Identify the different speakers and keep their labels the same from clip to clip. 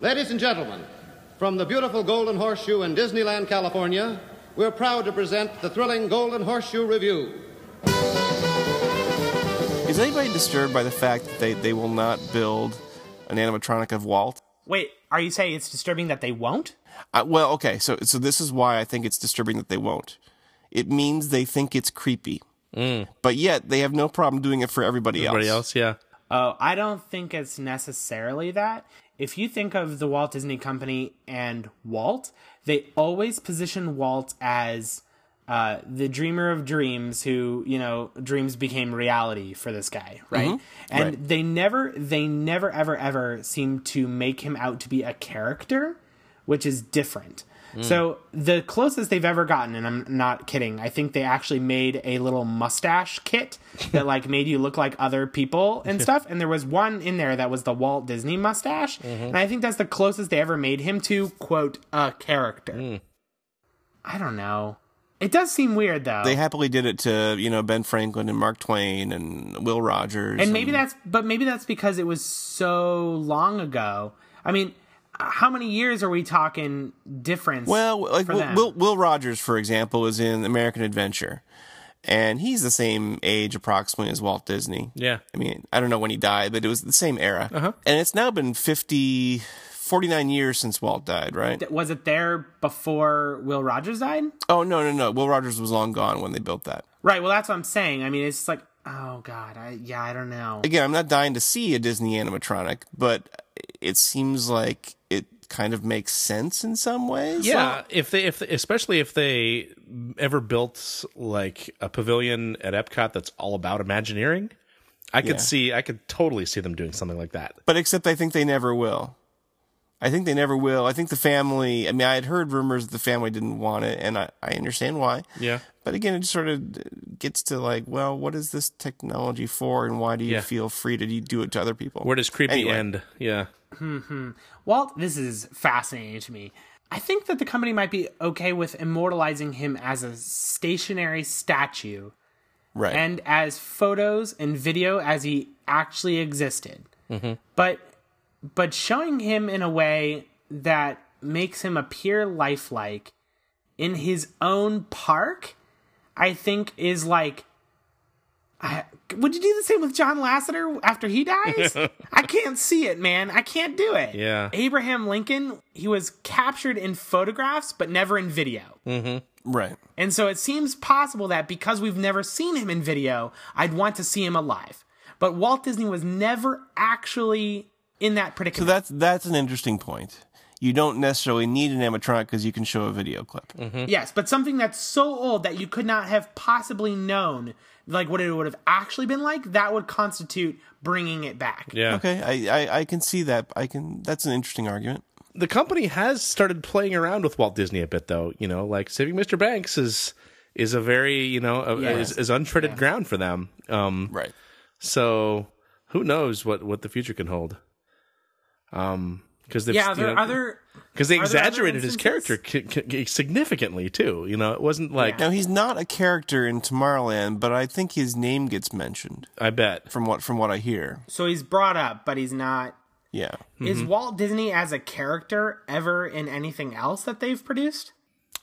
Speaker 1: Ladies and gentlemen, from the beautiful Golden Horseshoe in Disneyland, California, we're proud to present the thrilling Golden Horseshoe Review.
Speaker 2: Is anybody disturbed by the fact that they, they will not build an animatronic of Walt?
Speaker 3: Wait, are you saying it's disturbing that they won't?
Speaker 2: Uh, well, okay, so so this is why I think it's disturbing that they won't. It means they think it's creepy, but yet they have no problem doing it for everybody,
Speaker 4: Everybody
Speaker 2: else.
Speaker 4: else, yeah.
Speaker 3: Oh, I don't think it's necessarily that. If you think of the Walt Disney Company and Walt, they always position Walt as uh, the dreamer of dreams who, you know, dreams became reality for this guy, right? And
Speaker 2: Right.
Speaker 3: they never, they never, ever, ever seem to make him out to be a character, which is different. So the closest they've ever gotten, and I'm not kidding, I think they actually made a little mustache kit that like made you look like other people and stuff. And there was one in there that was the Walt Disney mustache,
Speaker 2: Mm-hmm.
Speaker 3: and I think that's the closest they ever made him to quote a character.
Speaker 2: Mm.
Speaker 3: I don't know. It does seem weird though.
Speaker 2: They happily did it to you know Ben Franklin and Mark Twain and Will Rogers,
Speaker 3: and maybe that's but maybe that's because it was so long ago i mean how many years are we talking difference
Speaker 2: Well, like
Speaker 3: for
Speaker 2: Will,
Speaker 3: them?
Speaker 2: Will, Will Rogers, for example, is in American Adventure, and he's the same age approximately as Walt Disney.
Speaker 4: Yeah.
Speaker 2: I mean, I don't know when he died, but it was the same era. And it's now been 50, 49 years since Walt died, right?
Speaker 3: was it there before will rogers died
Speaker 2: Oh, no, no, no. Will Rogers was long gone when they built that.
Speaker 3: right well that's what i'm saying i mean it's just like oh god i yeah i don't know
Speaker 2: Again, I'm not dying to see a Disney animatronic, but it seems like it kind of makes sense in some ways.
Speaker 4: Yeah, if they if especially if they ever built like a pavilion at Epcot that's all about Imagineering, I could
Speaker 2: Yeah.
Speaker 4: see I could totally see them doing something like that.
Speaker 2: But except I think they never will. I think they never will. I think the family, I mean, I had heard rumors that the family didn't want it, and I, I understand why.
Speaker 4: Yeah.
Speaker 2: But again, it sort of gets to like, well, what is this technology for, and why do you
Speaker 4: Yeah.
Speaker 2: feel free to do- do it to other people?
Speaker 4: Where does creepy
Speaker 2: Anyway.
Speaker 4: end? Yeah.
Speaker 3: Walt, this is fascinating to me. I think that the company might be okay with immortalizing him as a stationary statue
Speaker 2: Right.
Speaker 3: and as photos and video as he actually existed. But but showing him in a way that makes him appear lifelike in his own park, I think is like I, would you do the same with John Lasseter after he dies? I can't see it, man. I can't do it.
Speaker 4: Yeah.
Speaker 3: Abraham Lincoln, he was captured in photographs, but never in video.
Speaker 2: right.
Speaker 3: And so it seems possible that because we've never seen him in video, I'd want to see him alive. But Walt Disney was never actually in that
Speaker 2: So
Speaker 3: predicament.
Speaker 2: that's that's an interesting point. You don't necessarily need an animatronic because you can show a video clip.
Speaker 4: Mm-hmm.
Speaker 3: yes, but something that's so old that you could not have possibly known like what it would have actually been like, that would constitute bringing it back.
Speaker 4: Yeah.
Speaker 2: Okay, I, I I can see that. I can. That's an interesting argument.
Speaker 4: The company has started playing around with Walt Disney a bit though, you know, like saving Mr. Banks is is a very, you know, a,
Speaker 3: Yeah.
Speaker 4: is, is untreaded ground for them. Um
Speaker 2: Right.
Speaker 4: so who knows what what the future can hold. Um because they've
Speaker 3: Yeah,
Speaker 4: you
Speaker 3: are there
Speaker 4: know,
Speaker 3: other
Speaker 4: because they
Speaker 3: Are there other
Speaker 4: exaggerated his character c- c- significantly too. You know, it wasn't like
Speaker 2: Now he's not a character in Tomorrowland, but I think his name gets mentioned
Speaker 4: I bet.
Speaker 2: from what from what I hear.
Speaker 3: so he's brought up, but he's not
Speaker 2: Yeah.
Speaker 4: Mm-hmm.
Speaker 3: Is Walt Disney as a character ever in anything else that they've produced?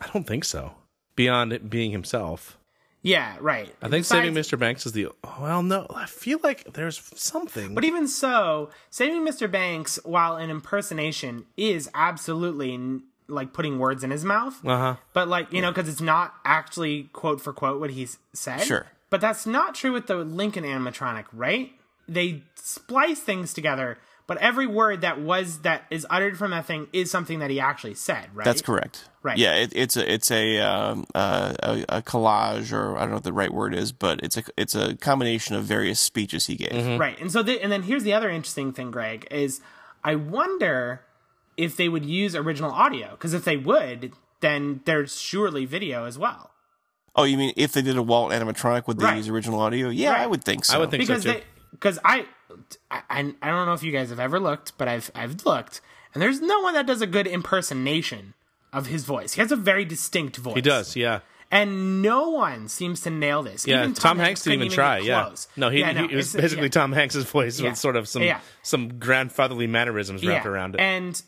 Speaker 4: I don't think so. Beyond it being himself,
Speaker 3: Yeah, right.
Speaker 4: I think
Speaker 3: Besides-
Speaker 4: saving Mr. Banks is the. Well, no, I feel like there's something.
Speaker 3: But even so, saving Mr. Banks while an impersonation is absolutely n- like putting words in his mouth.
Speaker 4: uh
Speaker 2: Uh-huh.
Speaker 4: huh.
Speaker 3: But like, you know, 'cause know, because it's not actually quote for quote what he s- said.
Speaker 2: Sure.
Speaker 3: But that's not true with the Lincoln animatronic, right? They splice things together, but every word that was that is uttered from that thing is something that he actually said, right?
Speaker 2: That's correct.
Speaker 3: Right.
Speaker 2: Yeah, it, it's a it's a, um, uh, a a collage, or I don't know what the right word is, but it's a it's a combination of various speeches he gave.
Speaker 3: Right. And so the, and then here's the other interesting thing, Greg, is I wonder if they would use original audio because if they would, then there's surely video as well.
Speaker 2: Oh, you mean if they did a Walt animatronic, would they
Speaker 3: Right.
Speaker 2: use original audio? Yeah,
Speaker 3: Right.
Speaker 2: I would think so.
Speaker 4: I would think
Speaker 3: Because
Speaker 4: so too.
Speaker 3: they because I, I I I don't know if you guys have ever looked, but I've I've looked and there's no one that does a good impersonation of his voice. He has a very distinct voice.
Speaker 4: he does, yeah.
Speaker 3: And no one seems to nail this.
Speaker 4: Yeah,
Speaker 3: even
Speaker 4: Tom, Hanks didn't even
Speaker 3: get
Speaker 4: try. Yeah,
Speaker 3: close.
Speaker 4: no, he, he- it was
Speaker 3: it's-
Speaker 4: basically
Speaker 3: yeah.
Speaker 4: Tom Hanks's voice
Speaker 3: Yeah.
Speaker 4: with sort of some
Speaker 3: Yeah.
Speaker 4: some grandfatherly mannerisms wrapped around it.
Speaker 3: And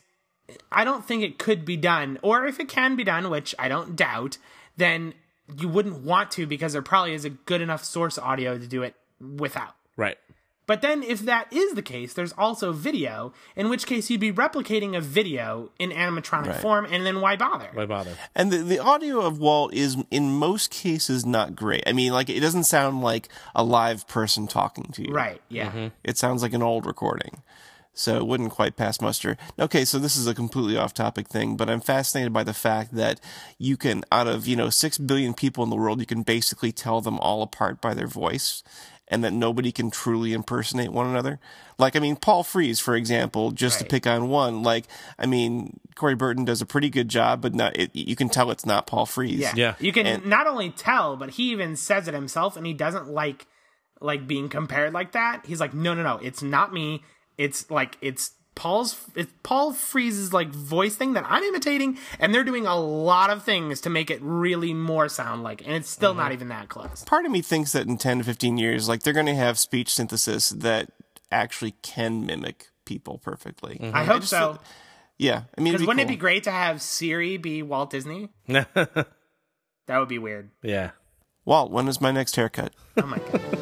Speaker 3: I don't think it could be done, or if it can be done, which I don't doubt, then you wouldn't want to because there probably is a good enough source audio to do it without.
Speaker 4: Right.
Speaker 3: But then, if that is the case, there's also video, in which case you'd be replicating a video in animatronic form, and then why bother?
Speaker 4: Why bother?
Speaker 2: And the, the audio of Walt is in most cases not great. I mean, like it doesn't sound like a live person talking to you.
Speaker 3: Right, yeah.
Speaker 4: Mm-hmm.
Speaker 2: It sounds like an old recording. So it wouldn't quite pass muster. Okay, so this is a completely off topic thing, but I'm fascinated by the fact that you can out of, you know, 6 billion people in the world, you can basically tell them all apart by their voice and that nobody can truly impersonate one another. Like I mean, Paul Frees, for example, just to
Speaker 3: Right.
Speaker 2: pick on one, like I mean, Corey Burton does a pretty good job, but not it, you can tell it's not Paul Frees.
Speaker 3: Yeah.
Speaker 4: Yeah.
Speaker 3: You can not only tell, but he even says it himself and he doesn't like like being compared like that. He's like, "No, no, no. It's not me. It's like it's Paul's it's Paul Freeze's like voice thing that I'm imitating and they're doing a lot of things to make it really more sound like and it's still
Speaker 2: Mm-hmm.
Speaker 3: not even that close."
Speaker 2: part of me thinks that in 10 to 15 years like they're going to have speech synthesis that actually can mimic people perfectly
Speaker 3: I hope
Speaker 2: Mm-hmm. just
Speaker 3: so.
Speaker 2: feel- yeah i mean it'd
Speaker 3: Cuz
Speaker 2: be
Speaker 3: wouldn't
Speaker 2: cool.
Speaker 3: it be great to have Siri be Walt Disney? that would be weird.
Speaker 4: Yeah.
Speaker 2: walt when is my next haircut
Speaker 3: Oh my god.